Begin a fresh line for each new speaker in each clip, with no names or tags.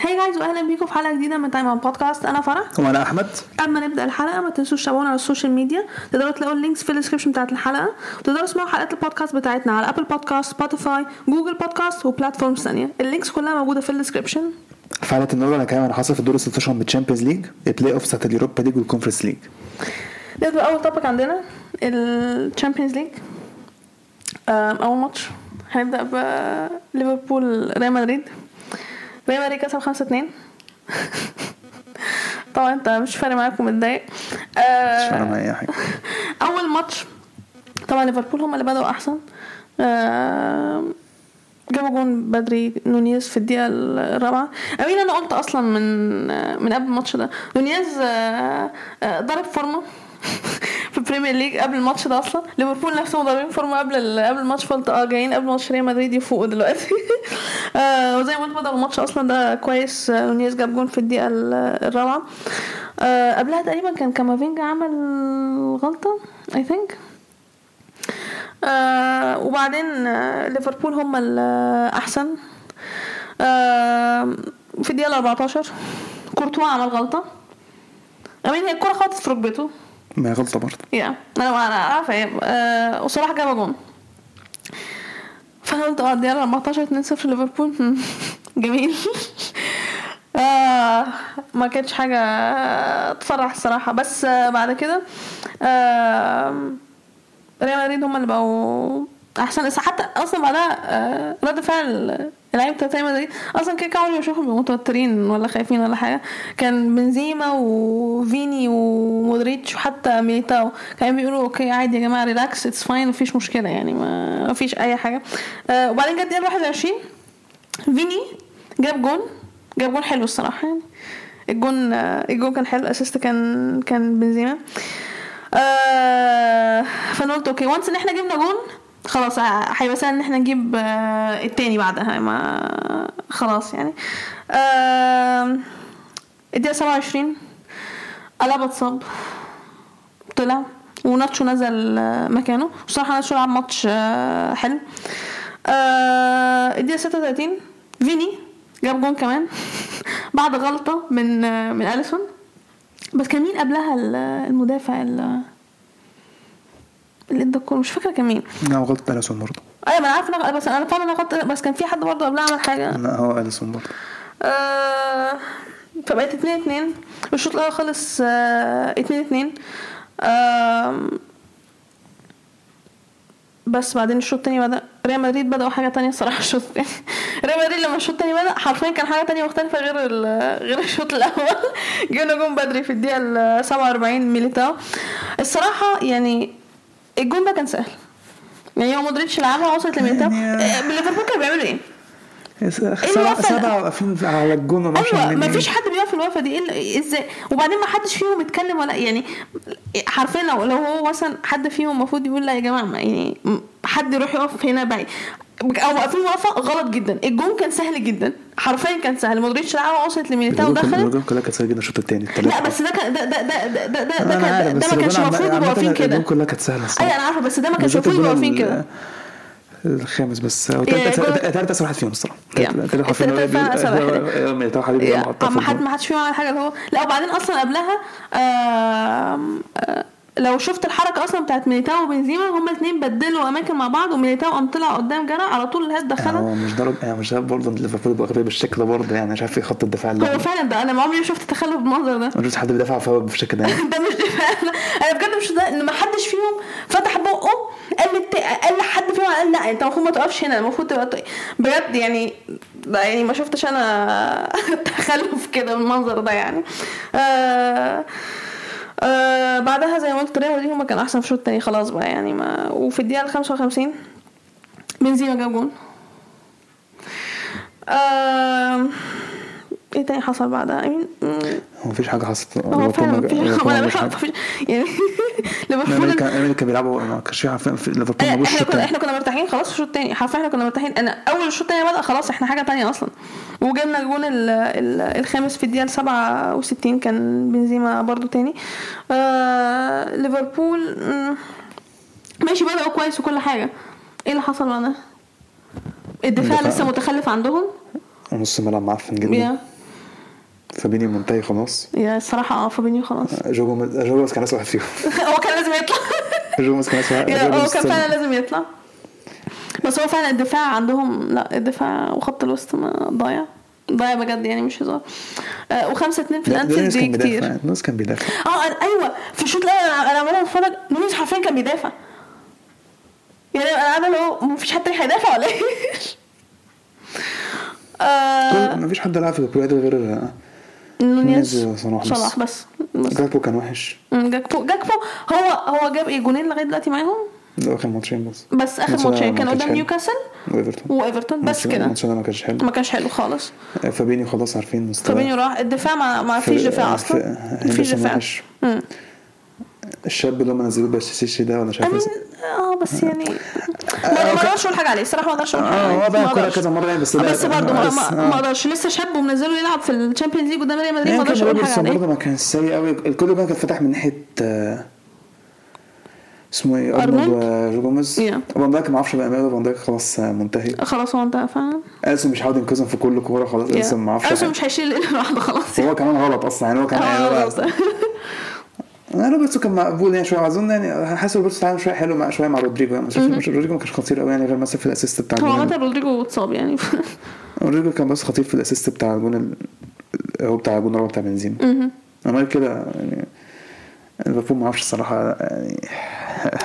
هاي جايز واهلا بيكم في حلقه جديده من تايم اوت بودكاست انا فرح
وانا احمد
اما نبدا الحلقه ما تنسوش تتابعونا على السوشيال ميديا تقدروا تلاقوا اللينكس في الديسكربشن بتاعت الحلقه وتقدروا تسمعوا حلقات البودكاست بتاعتنا على ابل بودكاست سبوتيفاي جوجل بودكاست وبلاتفورمز ثانيه اللينكس كلها موجوده في الديسكربشن
في حلقه النهارده هنتكلم عن حصل في الدور ال 16 من الشامبيونز ليج البلاي اوفس بتاعت اليوروبا ليج والكونفرنس ليج
نبدا اول توبك عندنا الشامبيونز ليج اول ماتش هنبدا بليفربول ريال مدريد ريال مدريد كسب 5 2 طبعا انت مش فارق معاك ومتضايق آه،
مش فاهم اي حاجه
اول ماتش طبعا ليفربول هم اللي بدأوا احسن آه، جابوا جون بدري نونيز في الدقيقة الرابعة أمين أنا قلت أصلا من آه، من قبل الماتش ده نونيز آه، آه، ضرب فورمة في البريمير ليج قبل الماتش ده اصلا ليفربول نفسهم ضاربين فورمه قبل ال- قبل الماتش فقلت اه جايين قبل ماتش ريال مدريد يفوقوا دلوقتي آه، وزي ما قلت بدأ الماتش اصلا ده كويس آه، نونيز جاب جون في الدقيقه ال- الرابعه آه، قبلها تقريبا كان كامافينجا عمل غلطه اي ثينك آه وبعدين آه ليفربول هم الأحسن آه في الدقيقة 14 كورتوا عمل غلطة أمين هي الكرة خبطت في ركبته
ما هي غلطه برضه
يا أنا أنا عارفة إيه. آه وصلاح جاب جون فأنا قلت اه الدقيقة 14 2 0 ليفربول هم، جميل آه ما كانتش حاجة تفرح الصراحة بس آه بعد كده آه ريال مدريد هم اللي بقوا احسن بس حتى اصلا بعدها آه، رد فعل اللعيبه بتاعت ريال مدريد اصلا كده كده عمري ما بشوفهم بيبقوا متوترين ولا خايفين ولا حاجه كان بنزيما وفيني ومودريتش وحتى ميليتاو كانوا بيقولوا اوكي عادي يا جماعه ريلاكس اتس فاين مفيش مشكله يعني ما ما فيش اي حاجه آه، وبعدين جت الدقيقه 21 فيني جاب جون جاب جون حلو الصراحه يعني الجون آه، الجون كان حلو الاسيست كان كان بنزيما آه، فانا قلت اوكي وانس ان احنا جبنا جون خلاص آه، ه- هيبقى سهل ان احنا نجيب آه، التاني بعدها ما خلاص يعني آه، الدقيقة 27 قلب اتصاب طلع وناتشو نزل آه، مكانه بصراحة ناتشو لعب ماتش آه، حلو آه، الدقيقة 36 فيني جاب جون كمان بعد غلطة من آه، من أليسون بس كان مين قبلها ال- آه، المدافع ال- اللي ادى الكورة مش فاكرة كان مين
لا هو غلطه اليسون برضه
ايوه ما انا عارفه إن أنا- بس انا فاهمه إن انا غلطت بس كان في حد برضه قبلها عمل حاجة
لا هو اليسون برضه
آه، فبقت اتنين اتنين والشوط الاول خلص آه، اتنين اتنين آم، بس بعدين الشوط التاني بدأ ريال مدريد بدأوا حاجة تانية الصراحة الشوط التاني ريال مدريد لما الشوط التاني بدأ حرفيا كان حاجة تانية مختلفة غير ال- غير الشوط الأول جبنا جون بدري في الدقيقة ال 47 ميليتاو الصراحة يعني الجون ده كان سهل يعني هو مودريتش لعبها وصلت لميليتاو
يعني-
آه، ليفربول كانوا بيعملوا ايه؟
سبعة
الوفا-
سبعة واقفين على الجون وما اعرفش
ايوه
عاملين
ما
إيه.
فيش حد بيقف في الوقفه دي الا ازاي وبعدين ما حدش فيهم اتكلم ولا يعني حرفيا لو لو هو مثلا حد فيهم المفروض يقول لا يا جماعه ما يعني حد يروح يقف هنا بعيد او واقفين وقفه غلط جدا الجون كان سهل جدا حرفيا كان سهل مودريتش لعبه وصلت لميليتاو
الجون كان-
ودخلت
الجون كلها كانت سهله جدا الشوط الثاني
لا بس ده كان ده ده ده ده ده, ده, ده, كان- ده, ده ما كانش المفروض يبقوا واقفين كده
الجون كلها كانت سهله الصراحة.
ايوه انا عارفه بس ده ما كانش
بالذات
المفروض يبقوا
الجون
واقفين
ال-
كده
الخامس بس هو
يا
تالت
جون-
تالت اسهل واحد فيهم الصراحه
يا.
تالت تالت واحد فيهم
التالت فعلا أسهل واحد.
ميليتاو حبيبي لما حطها في
ما حد
الجون.
ما حدش فيهم عمل حاجه اللي هو لا وبعدين اصلا قبلها آم، آه، لو شفت الحركه اصلا بتاعت ميليتاو وبنزيما هما الاثنين بدلوا اماكن مع بعض وميليتاو قام طلع قدام جرى على طول الهاد دخلها
هو مش ضرب يعني مش ضرب برضه إن ليفربول يبقى غبي بالشكل ده برضه يعني مش عارف ايه خط الدفاع اللي
هو فعلا ده انا ما عمري ما شفت تخلف بالمنظر ده
انا شفت حد بيدافع فهو بالشكل ده يعني
ده مش دفاع انا بجد مش ده ان ما حدش فيهم فتح بقه قال للت- قال لحد فيهم قال لا انت المفروض ما تقفش هنا المفروض تبقى ت- بجد يعني ده يعني ما شفتش انا تخلف كده بالمنظر ده يعني آه آه بعدها زي ما قلت ريال مدريد هما كان احسن في الشوط التاني خلاص بقى يعني ما وفي الدقيقه ال 55 بنزيما جاب جون آه ايه تاني حصل بعدها؟ I mean، مم،
هو مفيش حاجه حصلت
هو فعلا
ليفربول
مفيش
ما-
ولا
مفيش حاجه
مفيش يعني ليفربول
امريكا امريكا بيلعبوا ما كانش في حرفيا في- ليفربول ما جوش
احنا
الشوط
كنا
التاني.
احنا كنا مرتاحين خلاص في الشوط التاني حرفيا احنا كنا مرتاحين انا اول الشوط التاني بدأ خلاص احنا حاجه تانية اصلا وجبنا الجون ال- ال- الخامس في الدقيقه 67 كان بنزيما برضو تاني آه ليفربول مم، ماشي بدأوا كويس وكل حاجه ايه اللي حصل معانا الدفاع
الدفاع.
لسه متخلف عندهم
ونص الملعب معفن جدا
يا
فابينيو منتهي خلاص
يا الصراحه اه فابينيو خلاص
جوجو مز- جوجو كان اسوء واحد فيهم
هو كان لازم يطلع
جوجو مز كان اسوء واحد
يا-
جوجو
هو
مز
كان
still-
فعلا لازم يطلع بس هو فعلا الدفاع عندهم لا الدفاع وخط الوسط ما ضايع ضايع بجد يعني مش هزار آه، وخمسة اتنين في
لا،
الانفيلد
نونيز
دي
كان
كتير
بيدافع نونيز كان بيدافع
اه أنا- ايوه في الشوط الاول انا أنا عماله اتفرج نونيز حرفيا كان بيدافع يعني انا عامل هو مفيش حد تاني هيدافع ولا ايه؟ آه،
كل- مفيش حد لعب في البرو ده غير آه،
نونيز
صلاح بس.
صلاح بس بس
جاكبو كان وحش
مم، جاكبو جاكبو هو هو جاب ايه جونين لغايه دلوقتي معاهم
ده اخر ماتشين بس
بس اخر
ماتش
ماتشين
ما
كان
كانش
قدام
حلو.
نيوكاسل
وايفرتون
وايفرتون بس كده
الماتش ده ما كانش حلو
ما كانش حلو خالص
فابينيو خلاص عارفين مستواه
فابينيو راح الدفاع ما, ما فيش
في- يعني
دفاع اصلا
في-
ما فيش
هندرسون
دفاع
وحش.
مم.
الشاب اللي هم نزلوه بشيشي ده ولا مش عارف اسمه.
أمين- اه بس
آه،
يعني ما ما اقدرش اقول حاجه عليه الصراحه ما اقدرش اقول حاجه
اه
عليه
هو
آه، ما
بقى كوره
أقدرش.
كذا مره يعني بس
آه، بس برضه ما- ما- ما
آه.
اقدرش لسه شاب ومنزله يلعب في الشامبيونز ليج قدام ريال مدريد ما
يعني
اقدرش
كان
اقول حاجه
روبرتسون
عليه
برضه ما كان سيء قوي الكل بقى كان فتح من ناحيه آه، اسمه ايه ارنولد
أرنولد؟
وجوميز
Yeah.
فان دايك ما اعرفش بقى ماله فان دايك خلاص آه، منتهي
خلاص هو انت فاهم
اليسون مش عاوز ينقذهم في كل كوره خلاص اليسون ما آه، اعرفش
ألسون مش هيشيل الا لوحده خلاص
هو كمان غلط اصلا يعني هو كان يعني
آه،
هو-
خلاص.
آه، روبرتسون كان مقبول يعني شويه اظن يعني حاسس روبرتسون اتعامل شويه حلو مع شويه مع رودريجو يعني مش مش- رودريجو ما كانش خطير قوي يعني غير مثلا في الاسيست بتاع
هو
الجون
عامة رودريجو اتصاب يعني
رودريجو كان بس خطير في الاسيست بتاع الجون ال- هو بتاع الجون الرابع بتاع بنزيما انا غير كده يعني ليفربول ما اعرفش الصراحه يعني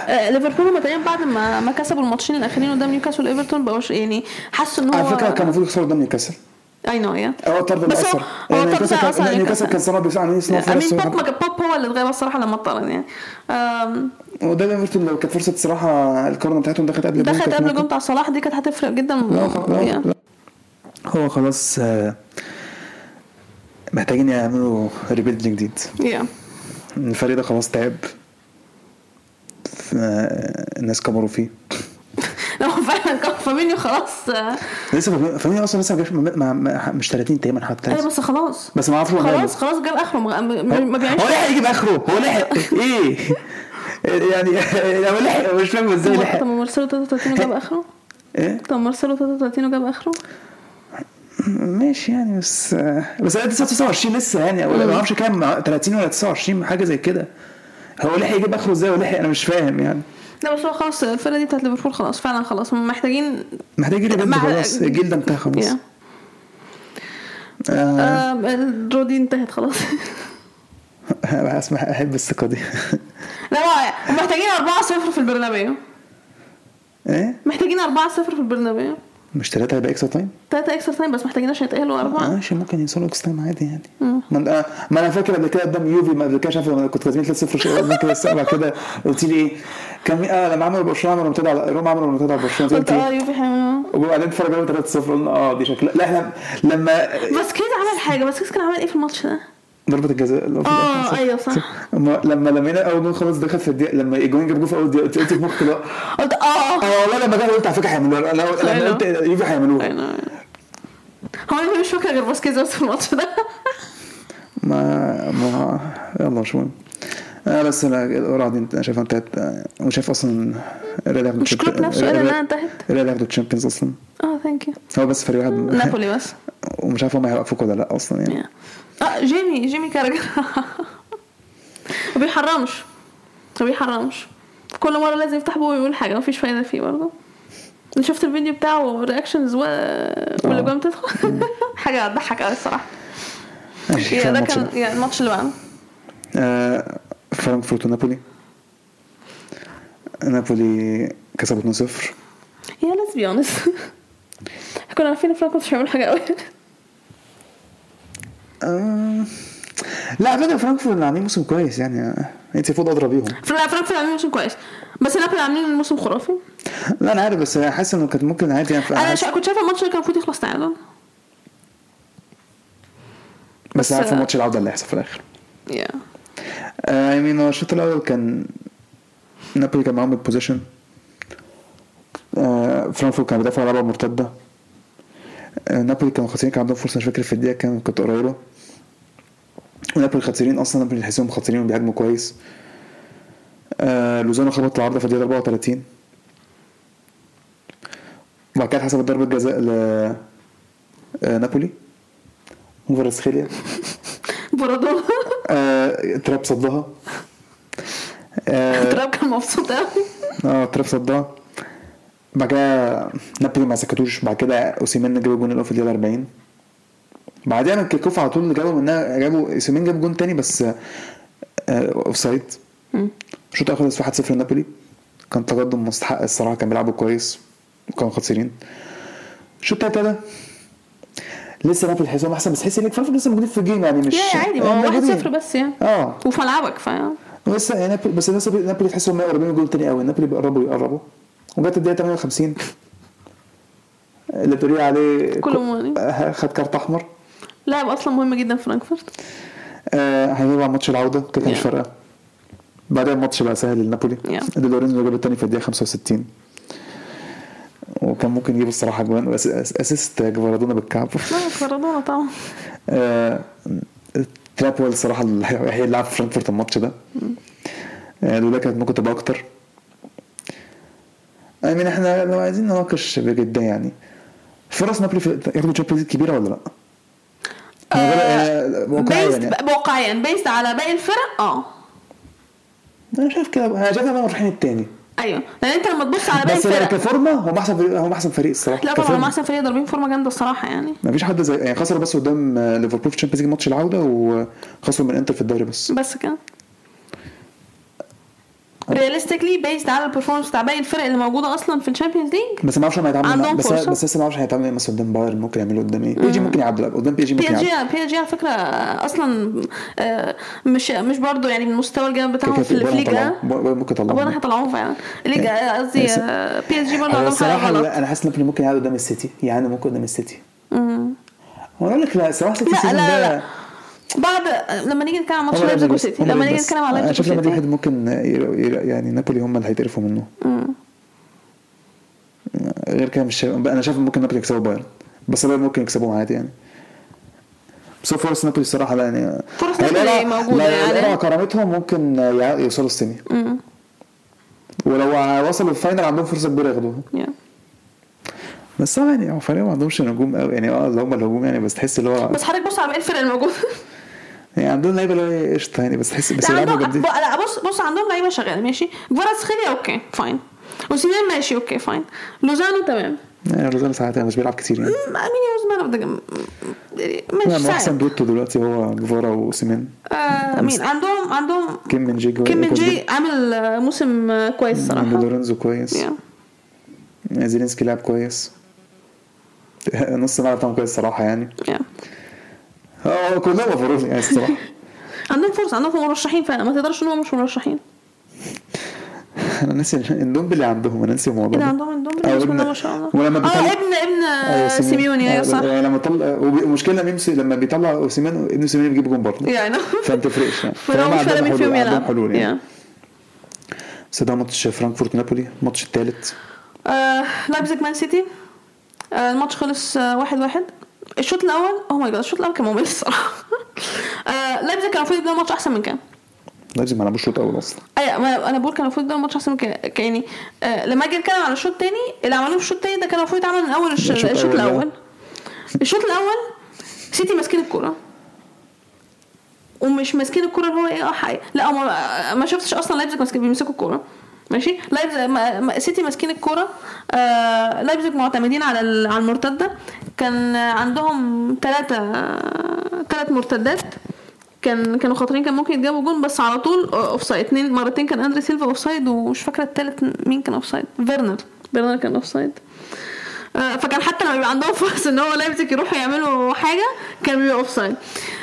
آه، ليفربول مبدئيا بعد ما ما كسبوا الماتشين الاخرين قدام نيوكاسل وايفرتون بقوش يعني حاسوا ان هو
على فكره كان المفروض يخسروا قدام نيوكاسل
اي نو يا
هو الطرد اللي
بس هو-
اثر
هو
يعني
الطرد
نيوكاسل
ده أثر
كان-
على
لا، نيوكاسل كان إيه، صراحه بيساعد عليه يصنع
امين
فرص
بوب ما كان- بوب هو اللي اتغيب الصراحه لما اتطرد يعني آم،
وده ليفربول لو كانت فرصه صراحه الكورنر بتاعتهم دخلت قبل الجون
دخلت
كانت
قبل
ممكن-
الجون بتاع صلاح دي كانت هتفرق جدا
لا، خ- لا،
يعني.
لا. هو خلاص آه، محتاجين يعملوا ريبيلد جديد
يا
الفريق ده خلاص تعب ف- آه، الناس كبروا فيه
لو فعلا كان فابينيو خلاص آه،
لسه فابينيو- فابينيو اصلا لسه ما جاش ما- ما- ما- مش 30 تقريبا حتى
ايوه بس خلاص
بس ما اعرفش هو ماله.
خلاص خلاص جاب اخره ما- ما ما بيعيش
هو لحق يجيب اخره هو لحق ايه يعني هو لحق مش فاهم ازاي
طب
لحق
ما مارسيلو 33 وجاب اخره
ايه
طب ما مارسيلو 33 وجاب اخره
ماشي يعني بس بس انا 29 لسه يعني ولا ما اعرفش كام 30 ولا 29 حاجه زي كده هو لحق يجيب اخره ازاي ولحق انا مش فاهم يعني
لا بس هو خلاص الفرقه دي بتاعت ليفربول خلاص فعلا خلاص محتاجين
محتاج يجري بنت
مع-
خلاص الجيل ده انتهى خلاص
يا.
آه،
آم، الدرو دي انتهت خلاص
اسمع احب الثقه دي
لا هو- هم محتاجين 4-0 في البرنابيو
ايه
محتاجين 4-0 في البرنابيو
مش ثلاثه هيبقى اكسترا تايم
3 اكسترا تايم بس محتاجين عشان يتأهلوا اربعه
ماشي ممكن يوصلوا اكس تايم عادي يعني ما أنا- آه، ما انا فاكر قبل كده قدام يوفي ما قبل كده شاف لما كنت كاتبين 3 0 ممكن لسه بعد كده قلت لي ايه كان مين- اه لما عملوا برشلونه عملوا ريمونتادا على روما عملوا ريمونتادا على برشلونه قلت
قلت اه
إيه؟
يوفي حيوان
وبعدين اتفرج عليهم 3 0 قلنا اه دي شكلها لا احنا لما
باسكيز عمل حاجه باسكيز كان عمل ايه في الماتش ده؟
ضربه الجزاء اللي هو في الآخر
اه
صح.
ايوه صح
أما- لما لما اول جول خلاص دخل في الدقيقه لما الجون جاب جول في اول دقيقه قلت قلت في مخي لا
قلت اه
اه والله لما جه قلت على فكره هيعملوها انا لما قلت يوفي هيعملوها
ايوه هو انا مش فاكره غير باسكيز بس في الماتش ده
ما ما يلا مش مهم آه بس انا القرعه دي انا شايفها انتهت آه، وشايف اصلا ريال هياخدوا
مش كلوب نفسه إيه قال انها انتهت
ريال هياخدوا الشامبيونز اصلا
اه ثانك يو
هو بس فريق واحد
نابولي بس
ومش عارف هم هيوقفوك ولا لا اصلا يعني
يا. اه جيمي جيمي كارجر ما بيحرمش ما بيحرمش كل مره لازم يفتح بوقه ويقول حاجه مفيش فايده فيه برضه انا شفت الفيديو بتاعه رياكشنز و... والاجوان بتدخل حاجه هتضحك قوي الصراحه
ماشي
يا
كفاية
ده
الماتش
كان يا الماتش اللي بعده
ده. آه، فرانكفورت ونابولي نابولي كسبوا 2-0
يا ليتس بي اونست كنا عارفين فرانكفورت مش هيعمل حاجه قوي
آه، لا على فكره فرانكفورت اللي عاملين موسم كويس يعني آه، انت المفروض ادرى بيهم
لا فرانكفورت عاملين موسم كويس بس نابولي عاملين موسم خرافي
لا انا عارف بس حاسس انه كانت ممكن عادي يعني
انا شا... كنت شايفه الماتش اللي كان المفروض يخلص تعادل
بس
بس-
عارف ماتش العوده اللي هيحصل في الاخر
يا
آه، يعني هو الشوط الاول كان نابولي كان معاهم البوزيشن آه، فرانكفورت كان بيدافع على لعبه مرتده آه، نابولي كانوا خاسرين كان عندهم فرصه مش فاكر في الدقيقه كام كانت قريبه ونابولي خاسرين اصلا نابولي تحسهم خاسرين وبيهاجموا كويس آه، لوزانو خبط العارضه في الدقيقه 34 وبعد كده حسبت ضربه جزاء ل آه، نابولي كفاراتسخيليا
برادولا
آه، تراب صدها اه
تراب كان مبسوط قوي
آه، تراب صدها بعد كده نابولي ما سكتوش بعد كده اوسيمان جاب الجون الاول في الدقيقه 40 بعدها من الكيك اوف على طول جابوا منها جابوا اوسيمان جاب جون تاني بس آه، اوف سايد الشوط الاول خلص 1-0 لنابولي كان تقدم مستحق الصراحه كان بيلعبوا كويس وكانوا خاسرين الشوط التالت ده لسه نابولي حساب احسن بس حس انك فاهم لسه موجودين في الجيم يعني مش
يا عادي ما هو واحد
موجودين.
صفر بس يعني
اه
وفي ملعبك فاهم
لسه يعني نابولي بس لسه بي- نابولي تحس هم قريبين من الجول تاني قوي نابولي بيقربوا يقربوا وجت الدقيقه 58 اللي بيقولوا عليه
كله مغني.
آه، خد كارت احمر
لاعب اصلا مهم جدا في فرانكفورت
آه، هيلعب على ماتش العوده كده كان مش
Yeah.
فارقه بعدها الماتش بقى سهل لنابولي
Yeah.
دي لورينزو جاب الثاني في الدقيقه 65 وكان ممكن يجيب الصراحه جوان وأس- أس- اسيست جواردونا بالكعب
لا برادولا طبعا
آه، تراب هو الصراحه اللي هي- هي اللي لعب في فرانكفورت الماتش ده آه، لولا كانت ممكن تبقى اكتر I mean احنا لو عايزين نناقش بجد يعني فرص نابولي في- ياخدوا تشامبيونز كبيره ولا لا؟ من غير- آه، واقعيا
بيست
يعني.
واقعيا بيست على باقي الفرق اه
انا شايف كده انا شايف إن هم رايحين التاني
ايوه لان انت لما تبص على باقي
بس
الفرق
كفورمه هم احسن فريق هم احسن فريق الصراحه
لا طبعا هم
كفورمة.
احسن فريق ضاربين فورمه جامده الصراحه يعني
ما فيش حد زي يعني خسر بس قدام آه، ليفربول في تشامبيونز ليج ماتش العوده وخسروا من انتر في الدوري بس
بس كده رياليستيكلي بيست على البرفورمانس بتاع باقي الفرق اللي موجوده اصلا في الشامبيونز ليج
بس ما اعرفش هم هيتعاملوا مع-
عندهم
بس
فرصة.
بس لسه ما اعرفش هيتعاملوا إيه مثلا قدام بايرن ممكن يعملوا قدام ايه بي جي ممكن يعدوا لا قدام بي جي
بي
ممكن
اس جي
يعدوا
بي اس جي على فكره آه، اصلا آه، مش مش برضه يعني من المستوى الجامد بتاعهم في
بايرن
الليجا
طلعوا. بايرن ممكن
وانا
يطلعوا
هيطلعوهم فعلا الليجا يعني. قصدي آه،
بس-
بي اس جي برضه عندهم
هو
حاجه
الصراحه
غلط
لا، انا حاسس ان ممكن يعدوا قدام السيتي يعني ممكن قدام السيتي يعني
مم.
وانا اقول لك لا صراحه السيتي
لا،
السيزون
لا،
ده-
لا. بعد لما نيجي نتكلم عن ماتش
هم
لايبزيج
ليفربول-
وسيتي
هم
لما
ليفربول
نيجي
بس.
نتكلم عن
انا
لايبزيج
شايف لما
وسيتي
واحد ممكن ير- ير- يعني نابولي هم اللي هيتقرفوا منه
مم.
غير كده مش شايف انا شايف ممكن نابولي يكسبوا بايرن بس بايرن ممكن يكسبوهم عادي يعني بس هو فرص نابولي الصراحه لا يعني
فرص
يعني
نابولي
لا-
موجودة
لا-
يعني.
لا مع كرامتهم ممكن يع- يوصلوا السيمي
مم.
ولو وصلوا الفاينل عندهم فرصه كبيره ياخدوها
Yeah.
بس طبعا يعني هو فريق ما عندهمش نجوم قوي يعني اه اللي هم الهجوم يعني بس تحس اللي هو
بس حضرتك بص على باقي الفرق الموجوده
يعني عندهم لعيبه اللي هو إيه، قشطه يعني بس تحس بس
لا
يلعبوا
عندهم
جامدين
ب- لا بص بص عندهم لعيبه شغاله ماشي جفاراتسخيليا اوكي فاين وسيمان ماشي اوكي فاين لوزانو تمام
يعني لوزان ساعات مش بيلعب كتير يعني
مم، مين يوز مان اوف ذا جيم
لا،
ماشي
ما احسن
ساعد
دوتو دلوقتي هو جفارا وسيمين
آه مين عندهم عندهم
كيم من جي
كيم من جي عامل آه، موسم آه، كويس صراحه
لورينزو كويس
Yeah.
زيلينسكي لعب كويس نص الملعب بتاعهم كويس الصراحه يعني
Yeah.
اه كلهم مفروض يعني الصراحه
عندهم فرصه عندهم مرشحين فعلا ما تقدرش ان هم مش مرشحين
انا ناسي الدومبلي اللي عندهم انا ناسي الموضوع
ايه ده
ده.
عندهم عندهم
آه،
بسم الله
ابن-
ما شاء الله
ولما بيطلع-
اه ابن ابن آه،
أيوة،
سيميوني ايوه
آه،
صح
يعني لما طلع والمشكله لما يمسي لما بيطلع اوسيمان ابن سيميون بيجيب جون برضه
يعني
فما تفرقش يعني
فلو
فهم
مش فارق
عندهم
مين
حلول-
فيهم
عندهم
يلعب
حلول يعني
Yeah.
بس ده ماتش فرانكفورت نابولي الماتش الثالث
آه، لايبزيج مان سيتي آه، الماتش خلص آه، واحد واحد الشوط الاول اوه ماي جاد الشوط الاول كان ممل الصراحه آه، لايبزيج كان المفروض يبدأ الماتش احسن من كده
لازم ما لعبوش شوط اول اصلا
اي ما- انا بقول كان المفروض يبدأ الماتش احسن من كده ك- يعني آه، لما اجي اتكلم على الشوط الثاني اللي عملوه في الشوط الثاني ده كان المفروض يتعمل من اول الش-
الشوط
الشوط
الأول، آه.
الاول الشوط الاول سيتي ماسكين الكوره ومش ماسكين الكوره اللي هو ايه اه حقيقي لا هم ما شفتش اصلا لايبزيج ماسكين بيمسكوا الكوره ماشي لايبزيج ما- ما- سيتي ماسكين الكوره آه لايبزيج معتمدين على ال- على المرتده كان عندهم ثلاثه ثلاث مرتدات كان كانوا خاطرين كان ممكن يتجابوا جون بس على طول اوف سايد اتنين مرتين كان اندري سيلفا اوف سايد ومش فاكره الثالث مين كان اوف سايد فيرنر فيرنر كان اوف سايد آه، فكان حتى لما بيبقى عندهم فرص ان هو لايبزيج يروحوا يعملوا حاجه كان بيبقى اوف سايد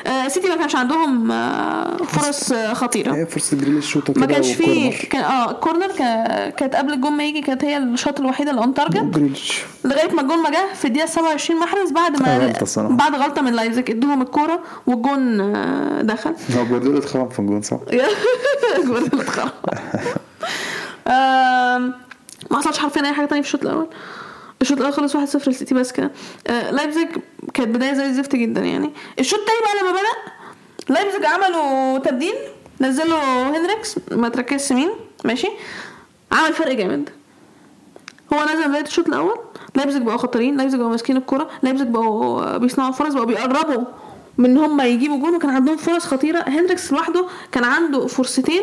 آه، سيتي ما كانش عندهم آه، فرص آه، خطيره
هي فرصه جريليش شوطه إيه، كده
ما كانش
وكورنر.
فيه كان اه كورنر كان- كانت قبل الجون ما يجي كانت هي الشوط الوحيده اللي اون تارجت
جريليش
لغايه ما الجون ما جه في الدقيقه 27 محرز بعد
آه،
ما
غلطة الصراحة.
بعد غلطه من لايبزيج ادوهم الكوره والجون آه، دخل
هو جوارديولا اتخرم في الجون صح؟
جوارديولا اتخرج آم، ما حصلش حرفيا اي حاجه تانية في الشوط الاول الشوط الاول خلص 1-0 للسيتي بس كده آه، لايبزيج كانت بدايه زي الزفت جدا يعني الشوط التاني بقى لما بدا لايبزيج عملوا تبديل نزلوا هنريكس ما تركزش مين ماشي عمل فرق جامد هو نزل بدايه الشوط الاول لايبزيج بقوا خطرين لايبزيج بقوا ماسكين الكرة لايبزيج بقوا بيصنعوا فرص بقوا بيقربوا من ان هم يجيبوا جون وكان عندهم فرص خطيره هندريكس لوحده كان عنده فرصتين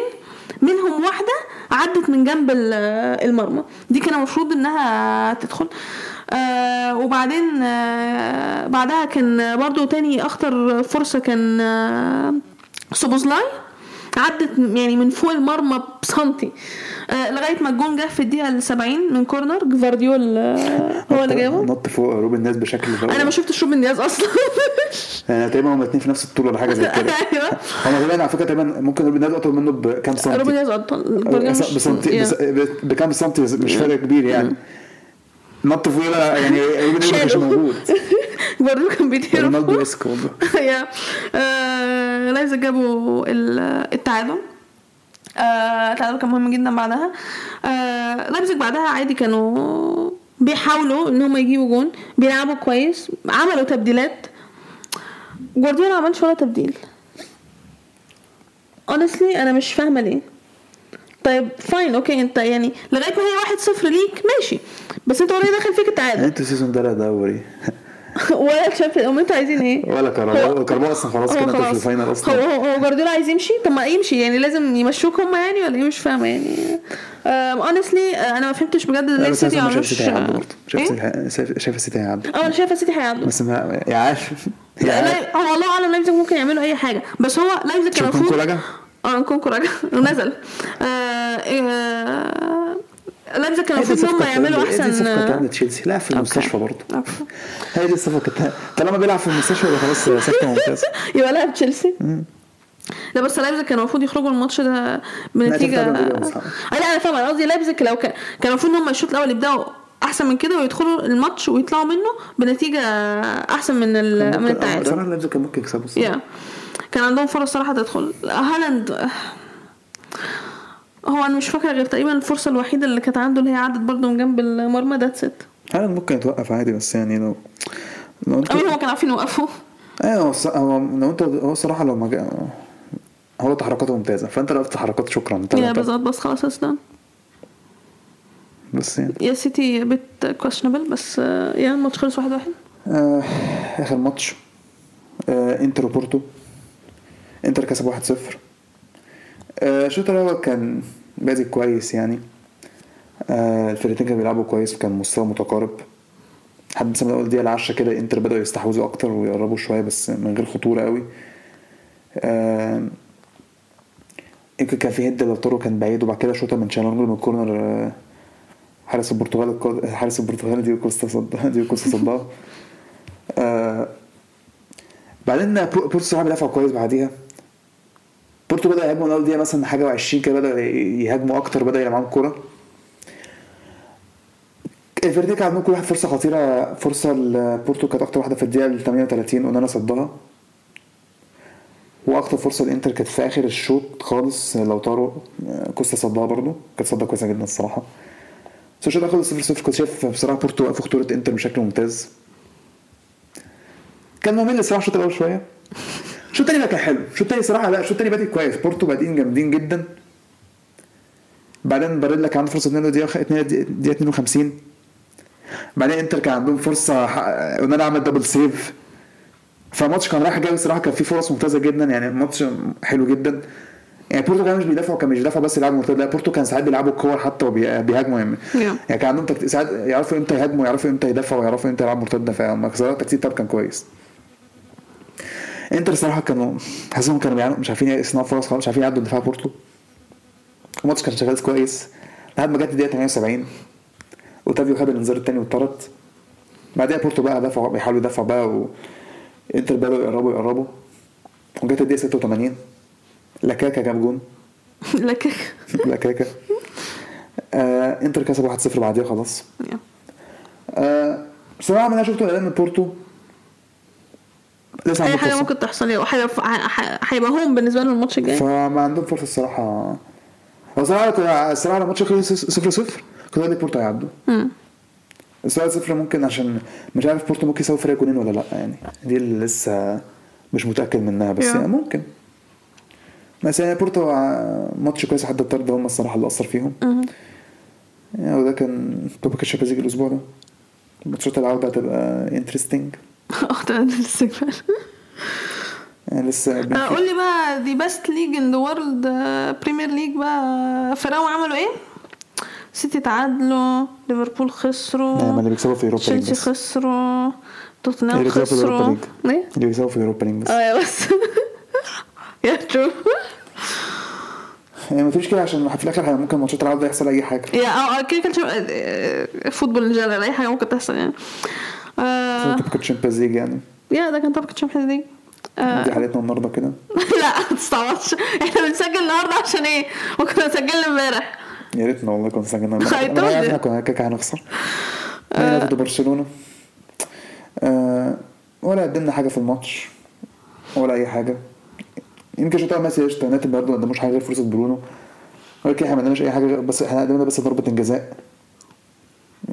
منهم واحده عدت من جنب ال- المرمى دي كان المفروض انها تدخل آه وبعدين آه بعدها كان برضو تاني اخطر فرصه كان آه سوبوزلاي عدت يعني من فوق المرمى بسنتي آه لغايه ما الجون جه في الدقيقه ال 70 من كورنر جفارديول آه هو اللي جابه
نط فوق روبن ناس بشكل
انا ما شفتش روبن دياز اصلا
يعني تقريبا هما الاثنين في نفس الطول ولا حاجه زي كده
ايوه
هما تقريبا على فكره تقريبا ممكن روبن ناس اطول منه بكام سنتي
روبن دياز ابطال جفارديول مش-
بسنتي
yeah.
بس- ب- بكام سنتي بس مش فرق كبير يعني نط فوق بقى يعني روبن ناس ما كانش
شالوا.
موجود
جفارديول كان بيطير
رونالدو اسكو
يا آه، لايزا جابوا ال- التعادل آه، التعادل كان مهم جدا بعدها آه، لايبزيج بعدها عادي كانوا بيحاولوا ان هم يجيبوا جون بيلعبوا كويس عملوا تبديلات جوارديولا ما عملش ولا تبديل honestly انا مش فاهمه ليه طيب فاين اوكي انت يعني لغايه ما هي واحد صفر ليك ماشي بس انت اوريدي داخل فيك التعادل
يعني انتوا السيزون ده لا دوري
ولا تشامبيون امال انتوا عايزين ايه؟
ولا كهرباء كهرباء اصلا خلاص
هو
كده انتوا في
خلاص
الفاينل
هو
اصلا
هو هو جوارديولا عايز يمشي طب ما يمشي يعني لازم يمشوك هم يعني ولا ايه مش فاهمه يعني اونستلي انا ما فهمتش بجد ليه
انا بس
السيتي
أنا
ما
شايف
عملوش
السيتي هيعدي
ايه؟
برضه شايف السيتي- شايف- شايف السيتي هيعدي
اه انا شايفه السيتي هيعدوا
بس ما يا عارف يعني يا
لا
عارف
لا، هو الله اعلم لايبزيج ممكن يعملوا اي حاجه بس هو لايبزيج كان
شوف
المفروض
كونكو رجع؟
اه كونكو رجع ونزل آه، آه، لايبزيج كان المفروض ان هم يعملوا
دي
احسن
صفقه تانية تشيلسي لا في المستشفى برضه
أوكي.
هي دي الصفقه التانية. طالما بيلعب في المستشفى يبقى خلاص صفقه ممتازه
يبقى لعب تشيلسي لا بس لايبزيج كان المفروض يخرجوا الماتش ده بنتيجه
تفتكر
آه،
بيبقى مصعب.
لا انا فاهمه انا قصدي لايبزيج لو كان كان المفروض ان هم الشوط الاول يبداوا احسن من كده ويدخلوا الماتش ويطلعوا منه بنتيجه احسن من ال- من التعادل
صراحه لابزو آه، كان ممكن يكسبوا الصراحة.
يا كان عندهم فرص صراحه تدخل هالاند آه، هو انا مش فاكره غير تقريبا الفرصه الوحيده اللي كانت عنده اللي هي عدت برضه من جنب المرمى ذاتس ات
هالاند ممكن يتوقف عادي بس يعني لو لو انت
امين هو كان عارفين يوقفوا
ايوه هو الص- هو لو انت هو الصراحه لو ما جا- هو تحركاته ممتازه فانت لو تحركات شكرا انت
يا
انت-
بالظبط بس خلاص اسلام
بس يعني
يا سيتي بيت كويشنبل بس آه، يا الماتش خلص واحد واحد
آه اخر ماتش آه انتر وبورتو انتر كسب 1-0 آه الشوط الاول كان بادئ كويس يعني آه الفرقتين كانوا بيلعبوا كويس وكان مستوى متقارب لحد مثلا من اول دقيقه العشرة كده انتر بداوا يستحوذوا اكتر ويقربوا شويه بس من غير خطوره قوي آه يمكن كان في هيد لوتارو كان بعيد وبعد كده شوطه من شالونجلو من الكورنر آه، حارس البرتغال الكو- حارس البرتغال ديو كوستا صد ديو كوستا صدها آه بعدين بو- بورتو صراحه بيدافعوا كويس بعديها بورتو بدا يهاجموا من اول دقيقه مثلا حاجه و20 كده بدا يهاجموا اكتر بدا يلعب معاهم كوره الفرقتين كان عندهم كل واحد فرصه خطيره فرصه لبورتو كانت اكتر واحده في الدقيقه ال 38 اونانا صدها واكتر فرصه الانتر كانت في اخر الشوط خالص لو طاروا كوستا صدها برضو كانت صدها كويسه جدا الصراحه بس الشوط الاول 0 0 كنت شايف بصراحه بورتو وقفوا خطوره انتر بشكل ممتاز كان ممل الصراحه الشوط الاول شويه الشوط الثاني بقى كان حلو الشوط الثاني صراحه لا الشوط الثاني بادئ كويس بورتو بادئين جامدين جدا بعدين باريلا كان عنده فرصه 2 دقيقه 2 دقيقه 52 بعدين انتر كان عندهم فرصه ح- اونانا عمل دبل سيف فالماتش كان رايح جاي الصراحه كان فيه فرص ممتازه جدا يعني الماتش حلو جدا يعني بورتو كمان مش بيدافعوا كان مش بيدافعوا بس يلعبوا مرتد لا بورتو كان ساعات بيلعبوا الكور حتى وبيهاجموا يعني
Yeah.
يعني كان عندهم تكت... ساعات يعرفوا امتى يهاجموا يعرفوا امتى يدافعوا يعرفوا امتى يلعبوا مرتده فهم صراحه التكتيك بتاعهم كان كويس انتر الصراحه كانوا حاسسهم كانوا بيعانوا مش عارفين يصنعوا فرص خالص مش عارفين يعدوا دفاع بورتو الماتش كان شغال كويس لحد ما جت الدقيقه 78 اوتافيو خد الانذار الثاني واتطرد بعدها بورتو بقى دفعوا بيحاولوا يدافعوا بقى و انتر بدأوا يقربوا يقربوا وجت الدقيقه 86 لاكاكا جاب جون
لكن
لاكاكا آه انتر كسب 1-0 بعديها خلاص
يا.
آه بصراحه من اللي انا شفته قدام من بورتو لسه
اي
عندهم
حاجه
فرصة.
ممكن تحصل يا وحاجه ف- ح- ح- هيبقى هوم بالنسبه لهم الماتش الجاي
فما عندهم فرصه الصراحه هو الصراحه كنت الصراحه لما الماتش خلص 0 0 كنت قايل بورتو هيعدوا
مم.
السؤال صفر ممكن عشان مش عارف بورتو ممكن يساوي فرق جونين ولا لا يعني دي اللي لسه مش متاكد منها بس
Yeah.
يعني ممكن بس يعني بورتو ع- ماتش كويس حد الطرد هم الصراحه اللي اثر فيهم
مم.
يعني وده كان توبيك الشامبيونز ليج الاسبوع ده ماتشات العوده هتبقى انترستنج
اه ده الاستقبال
يعني لسه
آه،
بنفيكا
قول لي بقى ذا بيست ليج ان ذا وورلد بريمير ليج آه، بقى فراو عملوا ايه؟ سيتي تعادلوا ليفربول
يعني ما
خسروا
اللي بيكسبوا في اوروبا ليج
تشيلسي
بس
خسروا
اللي
توتنهام
بيكسبوا في الأوروبا
خسروا
ليج.
ايه؟
اللي بيكسبوا في اوروبا ليج بس
اه بس يا ترو
يعني ما تقولش كده عشان في الاخر هي- ممكن ماتشات العوده يحصل اي حاجه
يا اه كده كده شو- آه، فوتبول جنرال اي حاجه ممكن تحصل يعني آه،
كنت تشامبيونز ليج يعني
يا ده كان طبقة الشامبيونز ليج آه.
دي حالتنا النهارده كده
لا ما تستعبطش احنا بنسجل النهارده عشان ايه؟ وكنا سجلنا امبارح
يا ريتنا والله كنا سجلنا
I told
انا عارف
you.
إحنا كنا كده هنخسر ميلان ضد برشلونه آه، ولا قدمنا حاجه في الماتش ولا اي حاجه يمكن شوطها ميسي قشطه ناتي برضه ما قدموش حاجه غير فرصه برونو ولكن احنا ما قدمناش اي حاجه غير- بس احنا قدمنا بس ضربه جزاء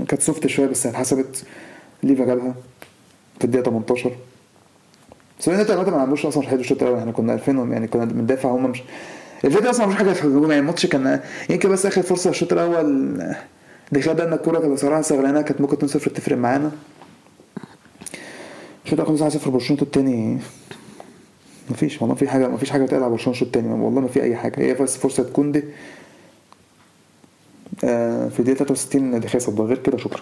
كانت سوفت شويه بس يعني اتحسبت ليفا جابها في الدقيقه 18 بس النت عامة ما عملوش اصلا حلو الشوط الاول احنا كنا عارفينهم يعني كنا بندافع هم مش الفيديو اصلا مش حاجه في الهجوم يعني الماتش كان يمكن بس اخر فرصه الشوط الاول دخلها ده ان الكوره كانت بصراحه سغلانه كانت ممكن 2 0 تفرق معانا الشوط الاول 5 0 برشلونه الشوط التاني مفيش والله في حاجه مفيش حاجه بتقلع برشلونه الشوط التاني والله ما في اي حاجه هي بس فرصه كوندي آه، في الدقيقه 63 دي صدها غير كده شكرا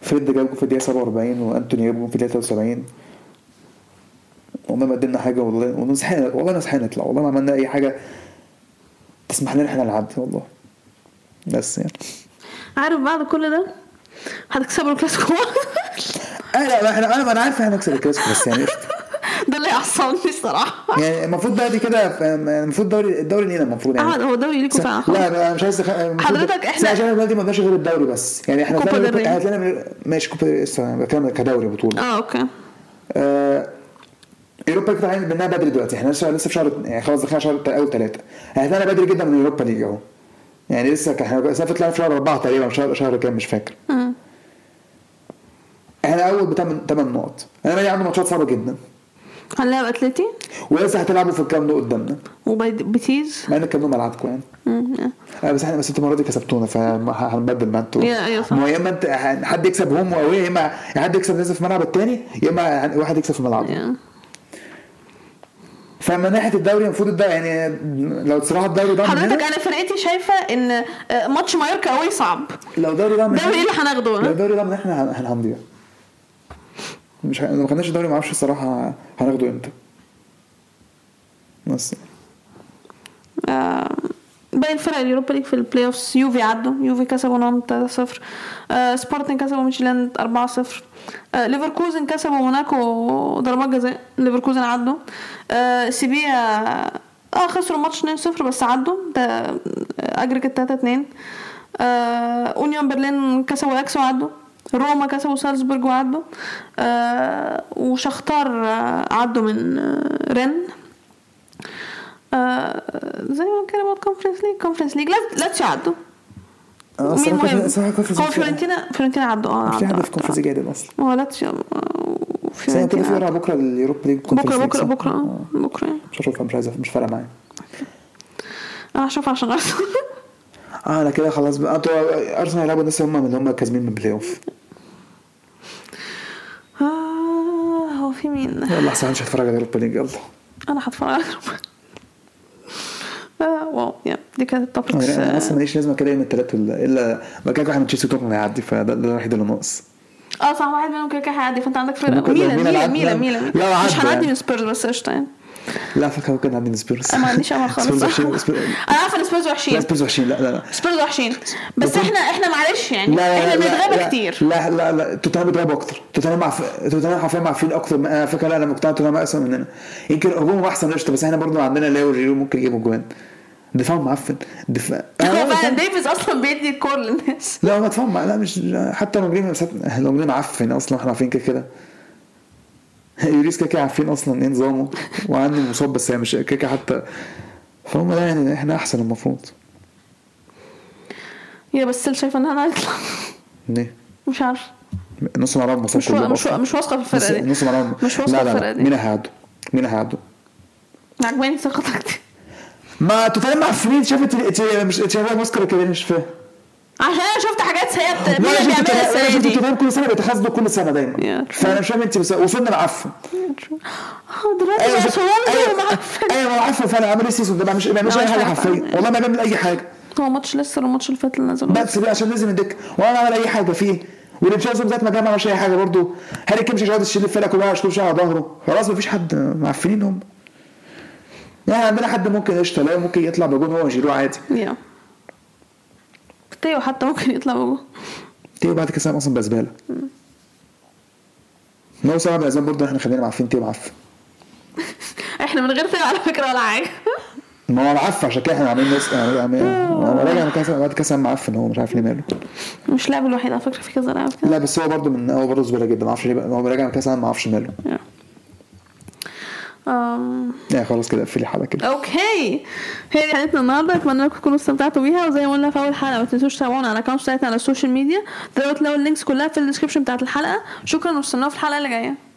فريد جاب جون في الدقيقه 47 وانتوني جاب جون في الدقيقه 73 والله ما قدمنا حاجه والله والله صحينا والله ما صحينا نطلع والله ما عملنا اي حاجه تسمح لنا احنا نعدي والله بس يعني
عارف بعد كل ده هتكسبوا الكلاسيكو
انا احنا انا انا عارف احنا هنكسب الكلاسيكو بس يعني قشطة.
ده اللي هيعصبني الصراحه
يعني المفروض بقى دي كده ف- المفروض الدوري الدوري لينا المفروض يعني
اه هو الدوري ليكوا
س-
فعلا خلاص.
لا انا مش عايز أخ- المفروض-
حضرتك
بس
إحنا-
عشان احنا دلوقتي ما قلناش غير الدوري بس يعني احنا
كوبا إيه؟
طلعنا-
del Rey.
احنا طلعنا ماشي كوبا لسه أنا بتكلم كدوري بطوله
اه اوكي
آه، اوروبا ليج طالعين منها بدري دلوقتي احنا لسه لسه في شهر يعني خلاص دخلنا شهر تا- اول ثلاثه احنا بدري جدا من اوروبا ليج اهو يعني لسه ك- احنا سافر طلعنا في شهر اربعه تقريبا شهر شهر كام مش فاكر
مم.
احنا اول بثمان ثمان نقط انا مالي عنده ماتشات صعبه جدا
هنلاعب اتلتي
ولسه هتلعبوا في الكام نقط قدامنا
وبيتيز
مع ان الكام نقط ملعبكم يعني
مم، يا.
آه، بس احنا بس انتوا المره دي كسبتونا فهنبدل مع انتوا
يا- يا صح.
ما هو يا اما انت ه- حد يكسب هم او يا اما حد يكسب نازل في ملعب التاني يا اما هن- واحد يكسب في ملعبه
يا.
فمن ناحيه الدوري المفروض الدوري يعني لو صراحه الدوري ده من هنا-
حضرتك انا فرقتي شايفه ان آه، ماتش مايوركا قوي صعب
لو دوري ده من
دوري ايه اللي
لو
هناخده
دوري ده من احنا هن- هن- هنضيع مش ه... لو ما خدناش الدوري ما اعرفش الصراحه هناخده امتى بس
آه، باقي الفرق اليوروبا ليج في البلاي اوفز يوفي عدوا يوفي كسبوا نون 3-0 آه، سبورتنج كسبوا ميشيلاند 4-0 آه، ليفركوزن كسبوا موناكو ضربات جزاء ليفركوزن عدوا آه، سيبيا اه خسروا الماتش 2-0 بس عدوا ده eh, اجريكت 3-2 آه، اونيون برلين كسبوا الاكس وعدوا روما كسبوا سالزبورج وعدوا آه، وشختار آه، عدوا من آه، رين آه، زي ما كان بقى كونفرنس ليج كونفرنس ليج لا- لاتسيو عدوا
آه،
مين
الصراحة
مهم؟
كونفرنس- الصراحة كونفرنس
هو
مش-
فيورنتينا فيورنتينا عدوا اه
مش في حد
عدوا،
في كونفرنس
عدوا.
جاي اصلا
هو لاتسيو
بس انا كده في
وفيورنتينا
ورا بكره اليوروبا ليج
بكره
كونفرنس ليج،
بكره
صح؟
بكره
آه،
آه، بكره يعني.
مش هشوفها مش عايزه مش فارقه معايا
انا هشوف عشان ارسنال
اه انا كده خلاص بقى انتوا ارسنال هيلعبوا الناس هم اللي هم كاسبين من البلاي اوف
آه، هو في مين
يلا احسن مش هتفرج على اليوروبا ليج يلا
انا هتفرج على آه، واو يا دي كانت التوبكس
انا أنا اصلا ماليش لازمه كده يوم الثلاث الا ما كان واحد من تشيلسي توتنهام هيعدي فده ده الوحيد اللي ناقص
اه صح واحد منهم كده كده هيعدي فانت عندك فرقه
ممكن لو
ميلان
ميلان
ميلان
عدى-
ميلان ميلان
لو عدى
مش هنعدي
يعني.
من سبيرز بس قشطه يعني
لا فاكر كان عندي سبيرز
انا ما عنديش امل خالص
سبيرز
انا
وحشين- سبيرز-
عارفه ان سبيرز
لا
وحشين
سبيرز وحشين لا لا لا
سبيرز وحشين بس احنا احنا معلش يعني
لا لا
احنا
لا
بنتغابى
لا-
كتير
لا لا لا توتنهام بيتغابوا اكتر توتنهام مع توتنهام حرفيا معفين اكتر من- انا فاكر لا انا مقتنع توتنهام احسن مننا يمكن هجومهم احسن قشطه بس احنا برضو عندنا لاو ريو ممكن يجيبوا جوان دفاعهم معفن دفاع
هو فعلا
أنا-
ديفيز اصلا بيدي الكور للناس
لا هو دفاعهم مع- لا مش حتى لو جرينا لو جرينا معفن اصلا احنا عارفين كده كده يوريس كده كده عارفين اصلا ايه نظامه وعنده مصاب بس هي مش كده كده حتى فهم لا يعني احنا احسن المفروض
هي بس اللي شايفه ان انا هطلع
ليه؟
مش عارفه
نص ملعب ما
مش
وصلش
وا-
للجول
مش وا-
أصلاً.
مش واثقه في الفرقه دي
نص ملعب
مش واثقه
لا
في
لا
الفرقه
لا
دي
مين هيعدوا؟ مين هيعدوا؟
عجباني ثقتك دي
ما توتنهام مع فريد شافت ال- ت- مش شافت ماسكر كده مش فاهم
عشان انا شفت حاجات سيئه بت-
لا،
ميلان
أنا شفت
بيعملها
توتنهام- أنا
السنه
شفت
دي
توتنهام كل سنه بيتخاذلوا كل سنه دايما
Yeah.
فانا مش فاهم انت بس وصلنا أيوة، العفو
اه دلوقتي بقى
شفت-
سوانزي
ايوه
ومعفن
ايوه العفو فعلا عامل ايه سيزون ده بقى مش ما بيعملش
لا،
اي
مش
حاجه
عارفة.
حرفيا والله ما بيعمل اي حاجه
هو ماتش لسه والماتش اللي فات اللي نزل
بس بقى عشان نزل من الدكه ولا عمل اي حاجه فيه وريتشاردسون ذات ما كان ما عملش اي حاجه برضه هاري كين مش هيقعد يشيل الفرقه كلها ويشيل شعر على ظهره خلاص مفيش حد معفنين هم يعني عندنا حد ممكن قشطه لا ممكن يطلع بجون هو وجيرو عادي
يا تيو حتى ممكن يطلع بجوه
تيو بعد كاس العالم اصلا بزباله لو صعب الاسباب برضه احنا خلينا معفين تيو معفن
احنا من غير تيو على فكره ولا حاجه
ما هو العفه عشان كده احنا عاملين ناس يعني عاملين هو راجع من كاس بعد كاس العالم معفن هو مش عارف ليه ماله
مش لاعب الوحيد على فكره في كذا لاعب كده
لا بس هو برضه من هو برضه زباله جدا ما اعرفش ليه بقى. هو راجع من كاس العالم ما اعرفش ماله
يا. أم،
يعني خلاص كده قفلي الحلقه كده
اوكي هي دي حلقتنا النهارده اتمنى انكم تكونوا استمتعتوا بيها وزي ما قلنا في اول حلقه ما تنسوش تتابعونا على الاكونت بتاعتنا على السوشيال ميديا تقدروا تلاقوا اللينكس كلها في الديسكربشن بتاعت الحلقه شكرا واستنونا في الحلقه اللي جايه